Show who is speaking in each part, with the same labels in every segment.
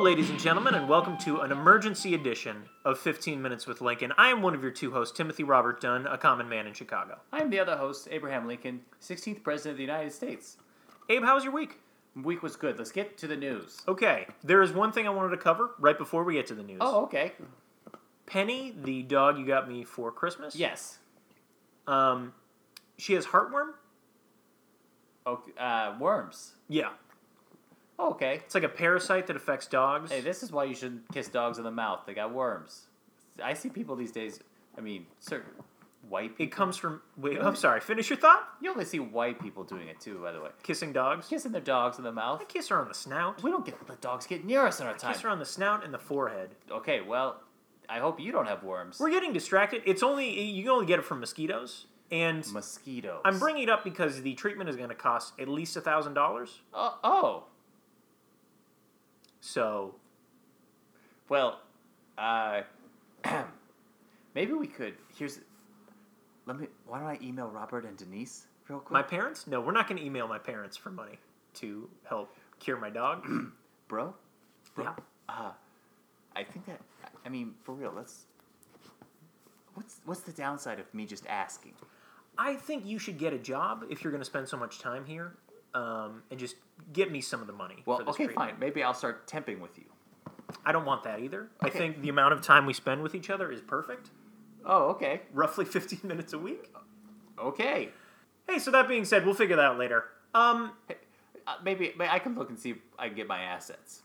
Speaker 1: ladies and gentlemen, and welcome to an emergency edition of 15 Minutes with Lincoln. I am one of your two hosts, Timothy Robert Dunn, a common man in Chicago.
Speaker 2: I am the other host, Abraham Lincoln, 16th President of the United States.
Speaker 1: Abe, how was your week?
Speaker 2: Week was good. Let's get to the news.
Speaker 1: Okay, there is one thing I wanted to cover right before we get to the news.
Speaker 2: Oh, okay.
Speaker 1: Penny, the dog you got me for Christmas,
Speaker 2: Yes.
Speaker 1: um, she has heartworm.
Speaker 2: Okay. Uh, worms.
Speaker 1: Yeah,
Speaker 2: Okay.
Speaker 1: it's like a parasite that affects dogs.
Speaker 2: Hey, this is why you shouldn't kiss dogs in the mouth. They got worms. I see people these days. I mean, certain white people.
Speaker 1: it comes from. Wait, oh, I'm sorry. Finish your thought.
Speaker 2: You only see white people doing it too, by the way.
Speaker 1: Kissing dogs.
Speaker 2: Kissing their dogs in the
Speaker 1: I
Speaker 2: mouth.
Speaker 1: kiss her on the snout.
Speaker 2: We don't get let dogs get near us in our time.
Speaker 1: Kiss her on the snout and the forehead.
Speaker 2: Okay. Well, I hope you don't have worms.
Speaker 1: We're getting distracted. It's only you can only get it from mosquitoes, and
Speaker 2: Mosquitoes.
Speaker 1: I'm bringing it up because the treatment is going to cost at least a thousand dollars.
Speaker 2: Oh, oh.
Speaker 1: So
Speaker 2: Well, uh, maybe we could. Here's. Let me. Why don't I email Robert and Denise real quick?
Speaker 1: my parents? No, we're not going to email my parents for money to help cure my dog.
Speaker 2: bro.
Speaker 1: yeah,
Speaker 2: Uh, I think that. I mean, for real. Let's. What's what's the downside of me just asking?
Speaker 1: I think you should get a job if you're going to spend so much time here, um, and just get me some of the money.
Speaker 2: Well,
Speaker 1: for this
Speaker 2: okay,
Speaker 1: treatment.
Speaker 2: fine. Maybe I'll start temping with you.
Speaker 1: I don't want that either. I
Speaker 2: Okay.
Speaker 1: think the amount of time we spend with each other is perfect,
Speaker 2: Oh, okay.
Speaker 1: roughly 15 minutes a week.
Speaker 2: Okay.
Speaker 1: Hey, so that being said, we'll figure that out later. Um,
Speaker 2: Uh, maybe, maybe I can look and see if I can get my assets.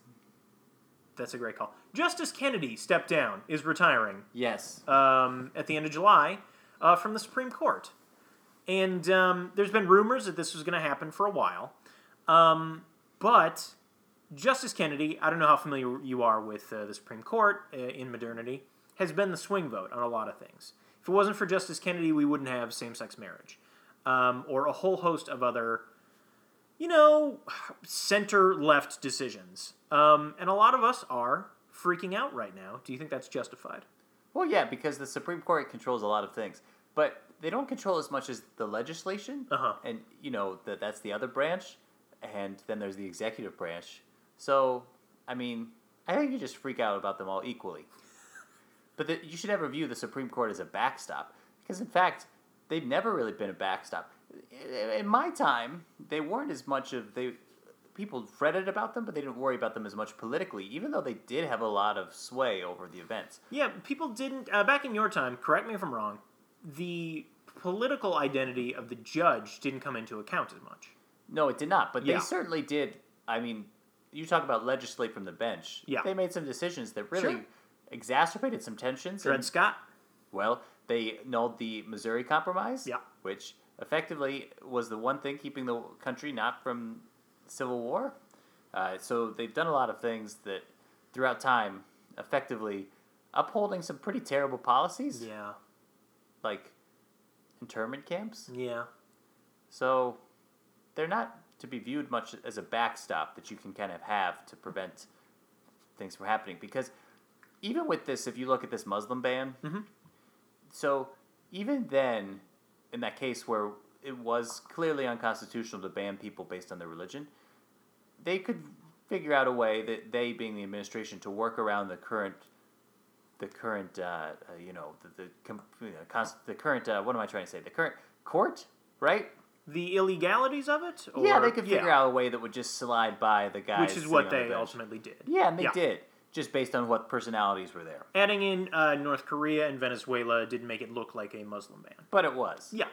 Speaker 1: That's a great call. Justice Kennedy stepped down, is retiring
Speaker 2: Yes.
Speaker 1: um, at the end of July uh, from the Supreme Court. And um, there's been rumors that this was going to happen for a while. Um, but Justice Kennedy, I don't know how familiar you are with uh, the Supreme Court uh, in modernity, has been the swing vote on a lot of things. If it wasn't for Justice Kennedy, we wouldn't have same sex marriage um, or a whole host of other, you know, center left decisions. Um, and a lot of us are freaking out right now. Do you think that's justified?
Speaker 2: Well, yeah, because the Supreme Court controls a lot of things, but they don't control as much as the legislation,
Speaker 1: Uh-huh.
Speaker 2: and you know that that's the other branch, and then there's the executive branch. So, I mean, I think you just freak out about them all equally. But the, you should ever view the Supreme Court as a backstop, because in fact, they've never really been a backstop. I- In my time, they weren't as much of they. People fretted about them, but they didn't worry about them as much politically, even though they did have a lot of sway over the events.
Speaker 1: Yeah, people didn't uh, back in your time. Correct me if I'm wrong. The political identity of the judge didn't come into account as much.
Speaker 2: No, it did not. But
Speaker 1: Yeah.
Speaker 2: they certainly did. I mean, you talk about legislate from the bench.
Speaker 1: Yeah.
Speaker 2: They made some decisions that really
Speaker 1: Sure.
Speaker 2: exacerbated some tensions.
Speaker 1: Dred
Speaker 2: and-
Speaker 1: Scott.
Speaker 2: well, they nulled the Missouri Compromise.
Speaker 1: Yeah.
Speaker 2: Which effectively was the one thing keeping the country not from civil war. Uh, so they've done a lot of things that throughout time effectively upholding some pretty terrible policies
Speaker 1: Yeah,
Speaker 2: like internment camps.
Speaker 1: yeah.
Speaker 2: So they're not to be viewed much as a backstop that you can kind of have to prevent things from happening. Because even with this, if you look at this Muslim ban,
Speaker 1: Mhm.
Speaker 2: so even then, in that case where it was clearly unconstitutional to ban people based on their religion, they could figure out a way that they, being the administration, to work around the current. The current, uh, uh, you know, the the, com- you know, cons- the current. Uh, what am I trying to say? The current court, right?
Speaker 1: The illegalities of it. Or,
Speaker 2: yeah, they could figure out a way that would just slide by the guys.
Speaker 1: which is
Speaker 2: sitting
Speaker 1: what
Speaker 2: on the
Speaker 1: they
Speaker 2: bench.
Speaker 1: ultimately did.
Speaker 2: Yeah, and they
Speaker 1: Yeah.
Speaker 2: did just based on what personalities were there.
Speaker 1: Adding in uh, North Korea and Venezuela did make it look like a Muslim ban.
Speaker 2: But it was.
Speaker 1: Yeah,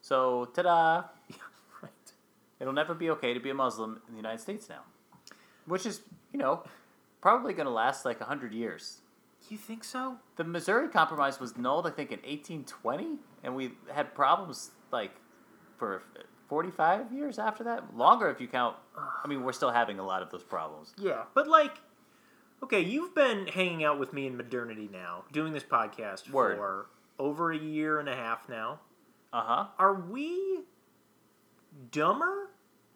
Speaker 2: So ta-da!
Speaker 1: yeah, right.
Speaker 2: It'll never be okay to be a Muslim in the United States now, which is you know probably going to last like hundred years.
Speaker 1: You think so?
Speaker 2: The Missouri Compromise was nulled, I think, in 1820, and we had problems like for 45 years after that. Longer if you count. I mean, we're still having a lot of those problems.
Speaker 1: Yeah, but like, okay, you've been hanging out with me in modernity now, doing this podcast
Speaker 2: Word.
Speaker 1: for over a year and a half now.
Speaker 2: Uh huh.
Speaker 1: are we dumber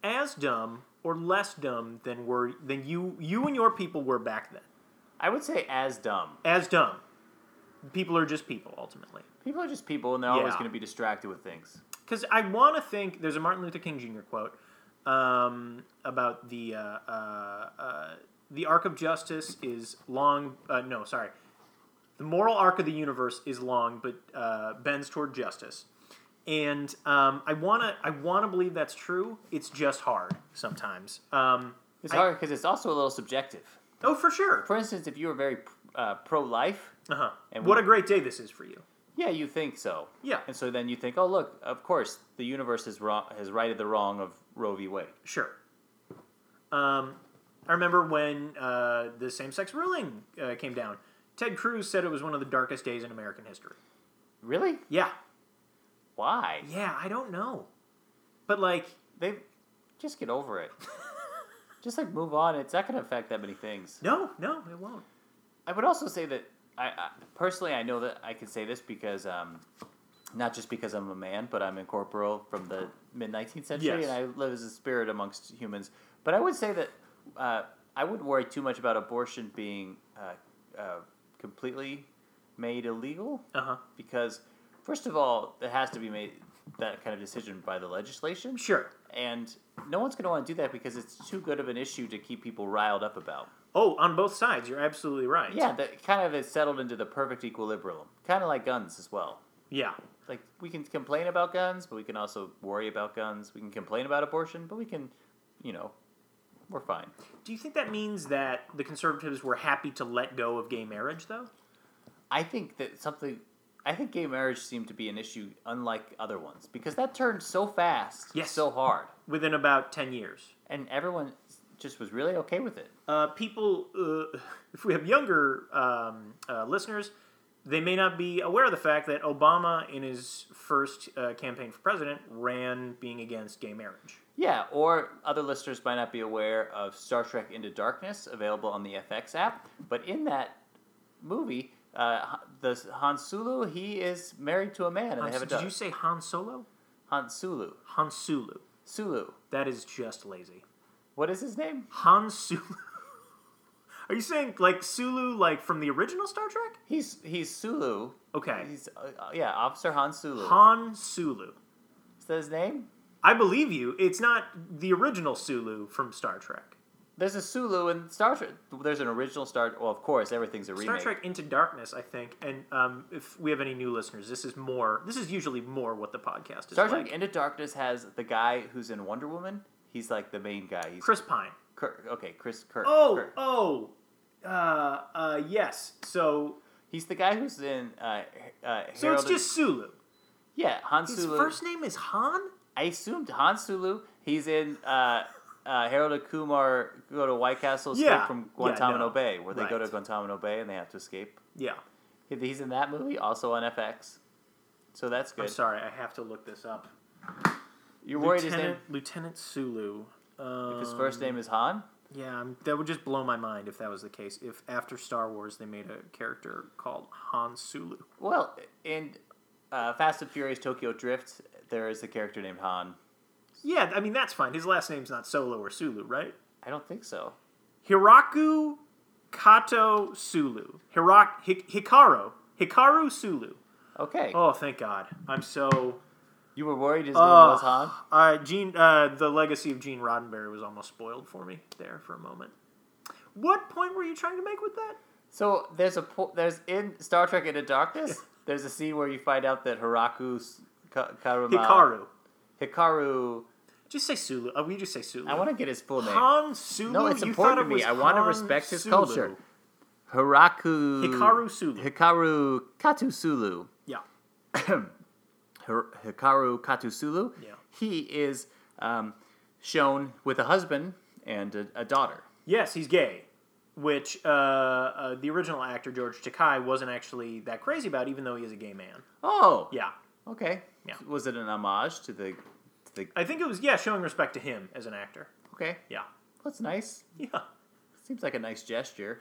Speaker 1: as dumb or less dumb than were than you you and your people were back then
Speaker 2: I would say as dumb.
Speaker 1: as dumb people are just people ultimately
Speaker 2: People are just people, and they're always
Speaker 1: Yeah.
Speaker 2: going to be distracted with things.
Speaker 1: because i want to think there's a martin luther king jr quote um, about the uh, uh, uh, the arc of justice is long. Uh, no, sorry. The moral arc of the universe is long, but uh, bends toward justice. And um, I wanna, I wanna believe that's true. It's just hard sometimes. Um,
Speaker 2: It's
Speaker 1: I-
Speaker 2: hard because it's also a little subjective.
Speaker 1: oh, for sure.
Speaker 2: For instance, if you were very uh, pro-life,
Speaker 1: Uh huh.
Speaker 2: And
Speaker 1: What
Speaker 2: we-
Speaker 1: a great day this is for you.
Speaker 2: yeah, you think so.
Speaker 1: Yeah.
Speaker 2: And so then you think, oh look, of course the universe has wrong, has righted the wrong of Roe v. Wade.
Speaker 1: Sure. Um, I remember when uh, the same-sex ruling uh, came down. Ted Cruz said it was one of the darkest days in American history.
Speaker 2: Really?
Speaker 1: Yeah,
Speaker 2: Why?
Speaker 1: yeah, I don't know, but like,
Speaker 2: They just get over it. just like move on. It's not going to affect that many things.
Speaker 1: no, no, it won't.
Speaker 2: I would also say that I, I personally I know that I can say this because um, not just because I'm a man, but I'm incorporeal from the mid 19th century,
Speaker 1: Yes.
Speaker 2: and I live as a spirit amongst humans. But I would say that uh, I wouldn't worry too much about abortion being uh, uh, completely made illegal
Speaker 1: Uh huh.
Speaker 2: because, first of all, it has to be made that kind of decision by the legislation,
Speaker 1: Sure.
Speaker 2: and no one's going to want to do that because it's too good of an issue to keep people riled up about.
Speaker 1: Oh, on both sides, you're absolutely right.
Speaker 2: Yeah, that kind of is settled into the perfect equilibrium. Kind of like guns as well.
Speaker 1: yeah,
Speaker 2: Like we can complain about guns, but we can also worry about guns. We can complain about abortion, but we can, you know, we're fine.
Speaker 1: Do you think that means that the conservatives were happy to let go of gay marriage, though?
Speaker 2: I think that something. I think gay marriage seemed to be an issue unlike other ones because that turned so fast,
Speaker 1: Yes.
Speaker 2: so hard,
Speaker 1: Within about ten years,
Speaker 2: and everyone just was really okay with it.
Speaker 1: uh, people, uh, if we have younger um, uh, listeners, they may not be aware of the fact that Obama, in his first uh, campaign for president, ran being against gay marriage.
Speaker 2: Yeah, or other listeners might not be aware of Star Trek Into Darkness, available on the FX app. But in that movie, uh, the Han Sulu, he is married to a man, and they have a
Speaker 1: Did
Speaker 2: daughter.
Speaker 1: you say Han Solo?
Speaker 2: Han Sulu,
Speaker 1: Han Sulu.
Speaker 2: Sulu.
Speaker 1: That is just lazy.
Speaker 2: What is his name?
Speaker 1: Han Sulu. Are you saying like Sulu, like from the original Star Trek?
Speaker 2: He's he's Sulu.
Speaker 1: Okay,
Speaker 2: He's uh, uh, yeah, Officer Han Sulu.
Speaker 1: Han Sulu.
Speaker 2: is that his name?
Speaker 1: I believe you. It's not the original Sulu from Star Trek.
Speaker 2: There's a Sulu in Star Trek. There's an original Star. Well, of course, everything's a
Speaker 1: Star
Speaker 2: remake.
Speaker 1: Trek Into Darkness, I think, and um, if we have any new listeners, this is more. This is usually more what the podcast is
Speaker 2: Star
Speaker 1: like.
Speaker 2: Trek Into Darkness has the guy who's in Wonder Woman. He's like the main guy. He's
Speaker 1: Chris Pine.
Speaker 2: Kirk. Okay, Chris Kirk.
Speaker 1: Oh,
Speaker 2: Kirk.
Speaker 1: oh, uh, uh, yes. So,
Speaker 2: He's the guy who's in. Uh, uh,
Speaker 1: so it's
Speaker 2: Heralded-
Speaker 1: just Sulu.
Speaker 2: yeah, Han
Speaker 1: His
Speaker 2: Sulu.
Speaker 1: first name is Han.
Speaker 2: I assumed Han Sulu. He's in uh, uh, Harold and Kumar go to White Castle escape
Speaker 1: Yeah.
Speaker 2: from
Speaker 1: Yeah,
Speaker 2: Guantanamo
Speaker 1: no.
Speaker 2: Bay, where they go to
Speaker 1: Right.
Speaker 2: Guantanamo Bay and they have to escape.
Speaker 1: Yeah,
Speaker 2: He- He's in that movie, also on FX. So that's
Speaker 1: I'm
Speaker 2: good.
Speaker 1: sorry, I have to look this up.
Speaker 2: You're worried his name
Speaker 1: Lieutenant Lieutenant Sulu. Um,
Speaker 2: his first name is Han.
Speaker 1: Yeah, I'm, that would just blow my mind if that was the case. If after Star Wars they made a character called Han Sulu.
Speaker 2: Well, in uh, Fast and Furious Tokyo Drift, there is a character named Han.
Speaker 1: Yeah, I mean that's fine. His last name's not Solo or Sulu, right?
Speaker 2: I don't think so.
Speaker 1: Hiraku Kato Sulu. Hirak, Hik- Hikaru. Hikaru Sulu.
Speaker 2: Okay,
Speaker 1: Oh, thank God. I'm so.
Speaker 2: you were worried his name
Speaker 1: Oh,
Speaker 2: was Han.
Speaker 1: Uh, Gene, uh, the legacy of Gene Roddenberry was almost spoiled for me there for a moment. What point were you trying to make with that?
Speaker 2: So there's a po- there's in Star Trek Into Darkness. There's a scene where you find out that Hiraku S- Ka- Karuma
Speaker 1: Hikaru.
Speaker 2: Hikaru.
Speaker 1: Just say Sulu. Uh, we just say Sulu.
Speaker 2: I want to get his full name.
Speaker 1: Han Sulu.
Speaker 2: No, it's
Speaker 1: You
Speaker 2: important
Speaker 1: thought
Speaker 2: to
Speaker 1: it
Speaker 2: me.
Speaker 1: was
Speaker 2: I want to
Speaker 1: Han
Speaker 2: respect his
Speaker 1: Sulu.
Speaker 2: culture. Hiraku
Speaker 1: Hikaru Sulu.
Speaker 2: Hikaru Katusulu.
Speaker 1: Yeah.
Speaker 2: Hir- Hikaru Katusulu.
Speaker 1: Yeah.
Speaker 2: He is um, shown with a husband and a, a daughter.
Speaker 1: Yes, he's gay, which uh, uh, the original actor George Takai wasn't actually that crazy about, even though he is a gay man.
Speaker 2: Oh,
Speaker 1: Yeah.
Speaker 2: Okay.
Speaker 1: Yeah.
Speaker 2: Was it an homage to the? To the
Speaker 1: I think it was yeah, showing respect to him as an actor.
Speaker 2: okay,
Speaker 1: Yeah,
Speaker 2: that's nice.
Speaker 1: yeah.
Speaker 2: Seems like a nice gesture.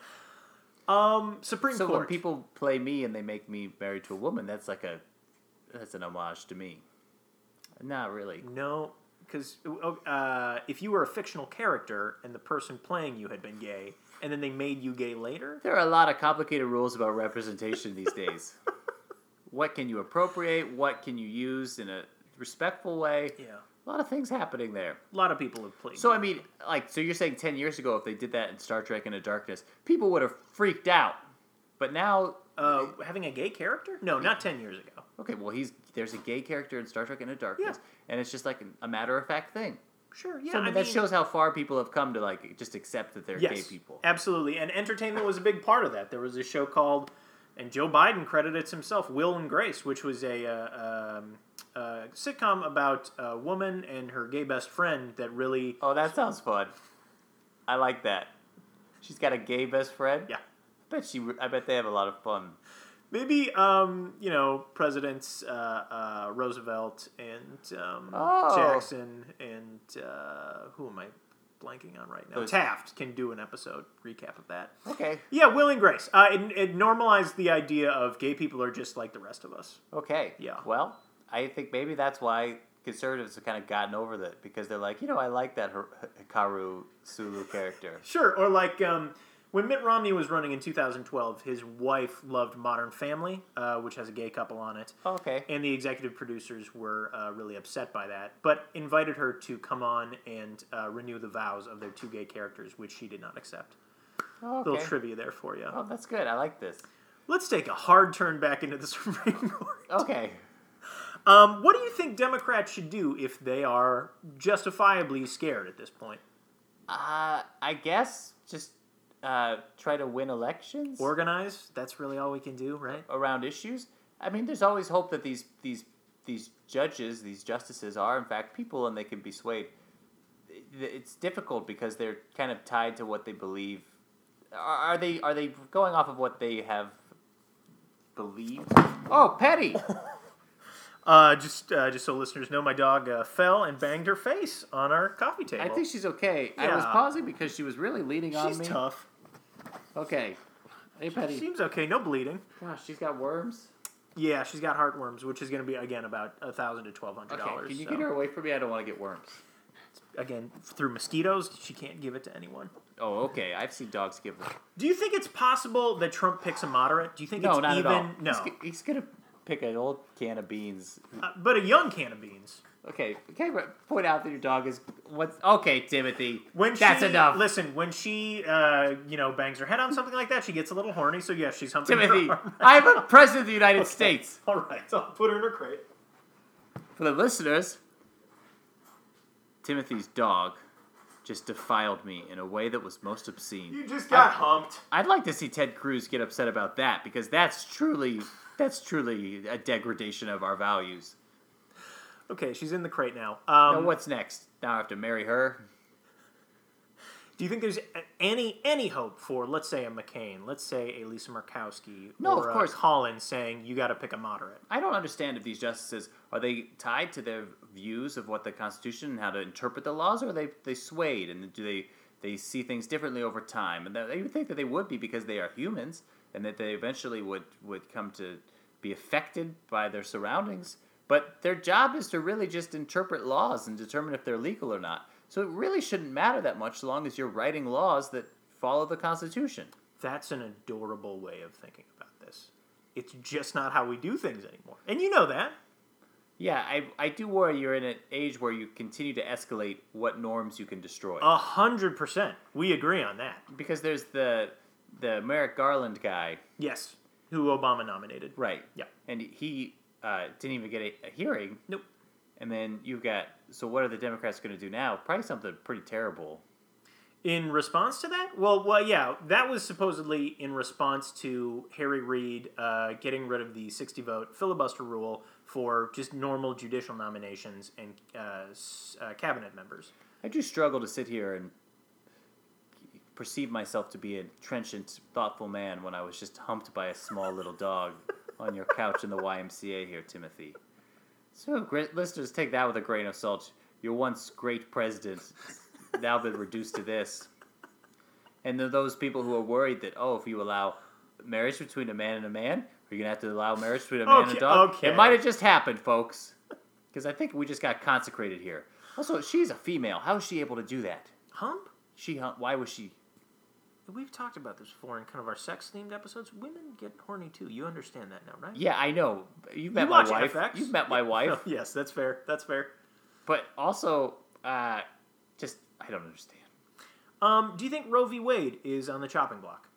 Speaker 1: Um, Supreme
Speaker 2: So when
Speaker 1: Court.
Speaker 2: people play me and they make me married to a woman, that's like a that's an homage to me. Not really.
Speaker 1: no, because uh, if you were a fictional character and the person playing you had been gay, and then they made you gay later,
Speaker 2: There are a lot of complicated rules about representation these days. What can you appropriate? What can you use in a respectful way?
Speaker 1: yeah,
Speaker 2: A lot of things happening there.
Speaker 1: A lot of people have played.
Speaker 2: So I mean, like, so you're saying ten years ago, if they did that in Star Trek Into Darkness, people would have freaked out. But now,
Speaker 1: uh, having a gay character? No, not ten years ago.
Speaker 2: okay, well, he's there's a gay character in Star Trek Into Darkness, and it's just like a matter of fact thing.
Speaker 1: Sure, yeah.
Speaker 2: So I
Speaker 1: I
Speaker 2: mean,
Speaker 1: mean,
Speaker 2: that shows how far people have come to like just accept that they're
Speaker 1: yes,
Speaker 2: gay people.
Speaker 1: Absolutely, and entertainment was a big part of that. There was a show called, and Joe Biden credits himself, Will and Grace, which was a uh, um, uh, sitcom about a woman and her gay best friend that really,
Speaker 2: Oh, that sounds fun. I like that. She's got a gay best friend.
Speaker 1: yeah.
Speaker 2: I bet she. I bet they have a lot of fun.
Speaker 1: Maybe um, you know presidents uh, uh, Roosevelt and um,
Speaker 2: Oh.
Speaker 1: Jackson and uh, who am I blanking on right now?
Speaker 2: Those-
Speaker 1: Taft can do an episode recap of that.
Speaker 2: Okay.
Speaker 1: Yeah, Will and Grace. Uh, it, it normalized the idea of gay people are just like the rest of us.
Speaker 2: Okay.
Speaker 1: Yeah.
Speaker 2: Well, I think maybe that's why conservatives have kind of gotten over that because they're like, you know, I like that Hir- Hikaru Sulu character.
Speaker 1: Sure, or like um, when Mitt Romney was running in 2012, his wife loved Modern Family, uh, which has a gay couple on it.
Speaker 2: Okay.
Speaker 1: and the executive producers were uh, really upset by that, but invited her to come on and uh, renew the vows of their two gay characters, which she did not accept.
Speaker 2: Okay.
Speaker 1: Little trivia there for you.
Speaker 2: Oh, that's good. I like this.
Speaker 1: Let's take a hard turn back into the Supreme Court.
Speaker 2: Okay.
Speaker 1: Um, what do you think Democrats should do if they are justifiably scared at this point?
Speaker 2: Uh, I guess just uh, try to win elections
Speaker 1: Organize? That's really all we can do, right?
Speaker 2: around issues. I mean, there's always hope that these these these judges, these justices, are in fact people and they can be swayed. It- It's difficult because they're kind of tied to what they believe. Are are they are they going off of what they have believed? Oh, Petty!
Speaker 1: Uh, just, uh, just so listeners know, my dog uh, fell and banged her face on our coffee table.
Speaker 2: I think she's okay. I was
Speaker 1: Yeah.
Speaker 2: pausing because she was really leaning on
Speaker 1: she's
Speaker 2: me.
Speaker 1: tough.
Speaker 2: Okay. Hey, Petty.
Speaker 1: Seems okay. No bleeding.
Speaker 2: Gosh, she's got worms.
Speaker 1: Yeah, she's got heartworms, which is going to be again about a thousand to twelve hundred
Speaker 2: Okay,
Speaker 1: dollars.
Speaker 2: can you get her away from me? I don't want to get worms.
Speaker 1: again through mosquitoes? She can't give it to anyone.
Speaker 2: Oh, okay. I've seen dogs give them.
Speaker 1: Do you think it's possible that Trump picks a moderate? Do you think
Speaker 2: No,
Speaker 1: it's
Speaker 2: not
Speaker 1: even?
Speaker 2: at all.
Speaker 1: No,
Speaker 2: He's, g- he's gonna pick an old can of beans.
Speaker 1: Uh, but a young can of beans.
Speaker 2: Okay, can I point out that your dog is what's okay, Timothy?
Speaker 1: When
Speaker 2: that's
Speaker 1: she,
Speaker 2: enough,
Speaker 1: Listen, when she uh, you know bangs her head on something like that, she gets a little horny. So yeah, she's humping. her
Speaker 2: Timothy.
Speaker 1: arm.
Speaker 2: I'm a president of the United States.
Speaker 1: All right, so I'll put her in her crate.
Speaker 2: For the listeners, Timothy's dog just defiled me in a way that was most obscene.
Speaker 1: You just got humped.
Speaker 2: I'd like to see Ted Cruz get upset about that because that's truly that's truly a degradation of our values.
Speaker 1: Okay, she's in the crate now.
Speaker 2: Now
Speaker 1: Um,
Speaker 2: what's next? Now I have to marry her.
Speaker 1: Do you think there's a- any any hope for, let's say, a McCain, let's say a Lisa Murkowski,
Speaker 2: No,
Speaker 1: or
Speaker 2: of
Speaker 1: a
Speaker 2: course.
Speaker 1: Collins saying you got to pick a moderate?
Speaker 2: I don't understand if these justices are they tied to their views of what the Constitution and how to interpret the laws, or are they they swayed and do they they see things differently over time? And that- I would think that they would be because they are humans and that they eventually would would come to be affected by their surroundings. But their job is to really just interpret laws and determine if they're legal or not. So it really shouldn't matter that much, so long as you're writing laws that follow the Constitution.
Speaker 1: That's an adorable way of thinking about this. It's just not how we do things anymore, and you know that.
Speaker 2: Yeah, I, I do worry you're in an age where you continue to escalate what norms you can destroy.
Speaker 1: A hundred percent, we agree on that.
Speaker 2: because there's the the Merrick Garland guy,
Speaker 1: Yes, who Obama nominated?
Speaker 2: right?
Speaker 1: Yeah.
Speaker 2: And he uh, didn't even get a, a hearing.
Speaker 1: Nope.
Speaker 2: And then you've got so what are the Democrats going to do now? Probably something pretty terrible.
Speaker 1: In response to that, well, well, yeah, that was supposedly in response to Harry Reid uh, getting rid of the sixty-vote filibuster rule for just normal judicial nominations and uh, s- uh, cabinet members.
Speaker 2: I do struggle to sit here and perceive myself to be a trenchant, thoughtful man when I was just humped by a small little dog on your couch in the YMCA here, Timothy. So, great listeners, take that with a grain of salt. Your once great president now been reduced to this. And there are those people who are worried that, oh, if you allow marriage between a man and a man, are you going to have to allow marriage between a man and
Speaker 1: Okay,
Speaker 2: a dog?
Speaker 1: okay.
Speaker 2: It might have just happened, folks. Because I think we just got consecrated here. Also, she's a female. How is she able to do that?
Speaker 1: Hump.
Speaker 2: She, huh, why was she?
Speaker 1: We've talked about this before in kind of our sex-themed episodes. Women get horny too. You understand that now, right?
Speaker 2: Yeah, I know. You've met
Speaker 1: you
Speaker 2: my
Speaker 1: watch
Speaker 2: wife.
Speaker 1: FX?
Speaker 2: You've met my
Speaker 1: Yeah.
Speaker 2: wife.
Speaker 1: yes, that's fair. That's fair.
Speaker 2: But also, uh, just I don't understand.
Speaker 1: Um, do you think Roe v. Wade is on the chopping block?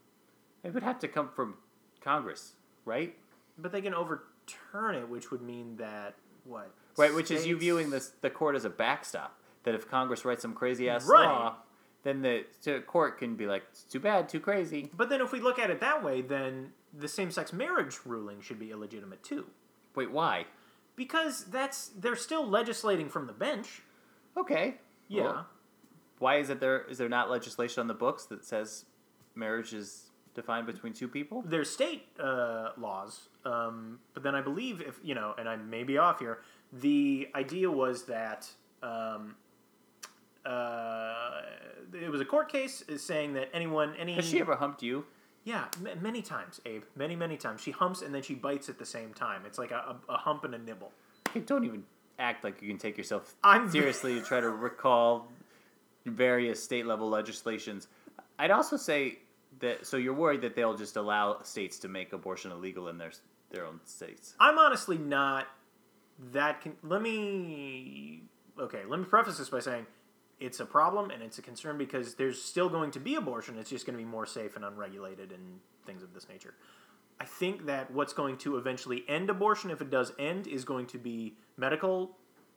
Speaker 2: It would have to come from Congress, right?
Speaker 1: But they can overturn it, which would mean that what?
Speaker 2: Right, which is you
Speaker 1: states-
Speaker 2: viewing this the court as a backstop. That if Congress writes some crazy ass
Speaker 1: Right.
Speaker 2: law, then the the court can be like, it's too bad, too crazy.
Speaker 1: But then, if we look at it that way, then the same-sex marriage ruling should be illegitimate too,
Speaker 2: Wait, why?
Speaker 1: because that's they're still legislating from the bench.
Speaker 2: Okay.
Speaker 1: Yeah,
Speaker 2: Well, why is it there? Is there not legislation on the books that says marriage is defined between two people?
Speaker 1: there's state uh, laws, um, but then I believe if you know, and I may be off here. The idea was that um, uh, it was a court case saying that anyone, any
Speaker 2: Has she ever humped you?
Speaker 1: Yeah, m- many times, Abe. Many, many times. She humps and then she bites at the same time. It's like a, a, a hump and a nibble.
Speaker 2: Okay, don't even act like you can take yourself
Speaker 1: I'm-
Speaker 2: seriously to try to recall various state level legislations. I'd also say that so you're worried that they'll just allow states to make abortion illegal in their their own states.
Speaker 1: I'm honestly not that. Con- let me. Okay, let me preface this by saying it's a problem and it's a concern because there's still going to be abortion. It's just going to be more safe and unregulated and things of this nature. I think that what's going to eventually end abortion, if it does end, is going to be medical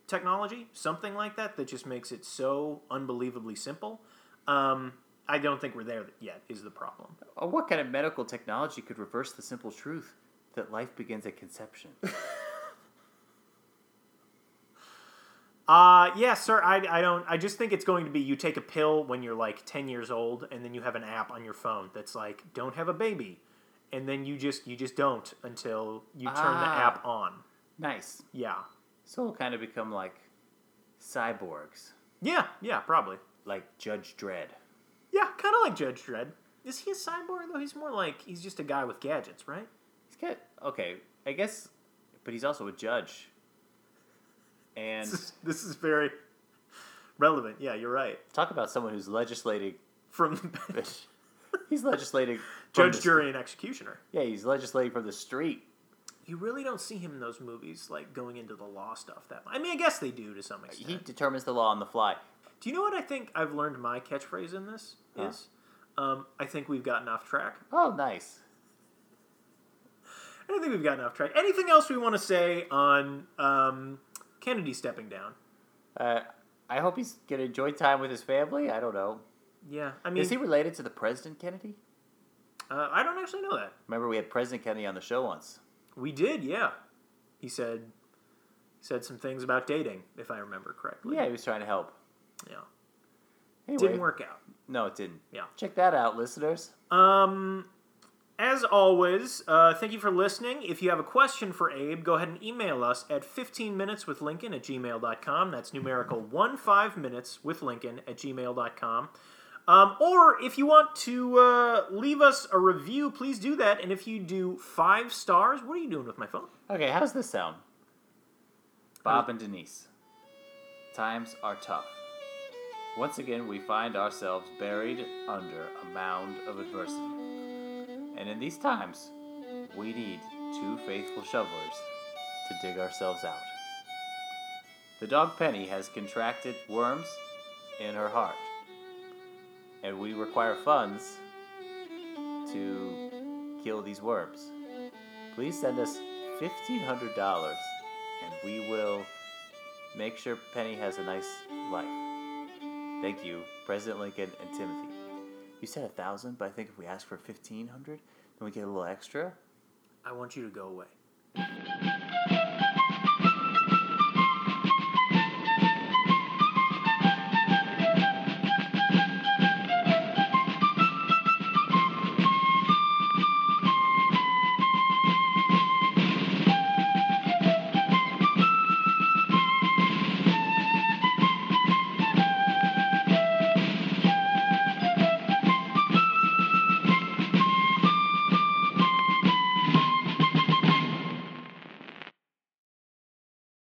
Speaker 1: technology, something like that, that just makes it so unbelievably simple. Um, I don't think we're there yet, is the problem.
Speaker 2: Oh, What kind of medical technology could reverse the simple truth that life begins at conception?
Speaker 1: Uh, yeah, sir. I, I don't. I just think it's going to be you take a pill when you're like 10 years old, and then you have an app on your phone that's like, don't have a baby. And then you just you just don't until you turn the
Speaker 2: Ah.
Speaker 1: app on.
Speaker 2: nice.
Speaker 1: Yeah.
Speaker 2: So we'll kind of become like cyborgs,
Speaker 1: Yeah. Yeah. Probably.
Speaker 2: like Judge Dredd.
Speaker 1: Yeah. Kind of like Judge Dredd. Is he a cyborg though? He's more like he's just a guy with gadgets, right?
Speaker 2: He's got okay, I guess, but he's also a judge. And
Speaker 1: This is, this is very relevant. Yeah, you're right.
Speaker 2: Talk about someone who's legislating.
Speaker 1: From the bench.
Speaker 2: He's legislating. from
Speaker 1: Judge,
Speaker 2: the-
Speaker 1: jury, and executioner.
Speaker 2: Yeah, he's legislating from the street.
Speaker 1: You really don't see him in those movies, like going into the law stuff. That I mean, I guess they do to some extent.
Speaker 2: He determines the law on the fly.
Speaker 1: Do you know what I think I've learned my catchphrase in this
Speaker 2: Huh.
Speaker 1: is? Um, I think we've gotten off track.
Speaker 2: Oh, nice.
Speaker 1: I don't think we've gotten off track. Anything else we want to say on um, Kennedy stepping down?
Speaker 2: Uh, I hope he's gonna enjoy time with his family. I don't know.
Speaker 1: Yeah, I mean,
Speaker 2: Is he related to the President Kennedy?
Speaker 1: uh, I don't actually know that.
Speaker 2: Remember, we had President Kennedy on the show once.
Speaker 1: We did, yeah. He said said some things about dating, if I remember correctly.
Speaker 2: Yeah, he was trying to help.
Speaker 1: yeah.
Speaker 2: Anyway,
Speaker 1: Didn't work out.
Speaker 2: No, it didn't.
Speaker 1: Yeah.
Speaker 2: Check that out, listeners.
Speaker 1: Um, as always, uh, thank you for listening. If you have a question for Abe, go ahead and email us at 15minuteswithlincoln at gmail.com. That's numerical one five minutes with Lincoln at gmail.com. Um, or if you want to uh, leave us a review, please do that. And if you do five stars, what are you doing with my phone?
Speaker 2: Okay, how's this sound? Bob and Denise. Times are tough. Once again, we find ourselves buried under a mound of adversity. And in these times, we need two faithful shovelers to dig ourselves out. The dog Penny has contracted worms in her heart, and we require funds to kill these worms please send us $1,500 and we will make sure Penny has a nice life. Thank you, President Lincoln and Timothy. You said a thousand, but I think if we ask for fifteen hundred, then we get a little extra.
Speaker 1: I want you to go away.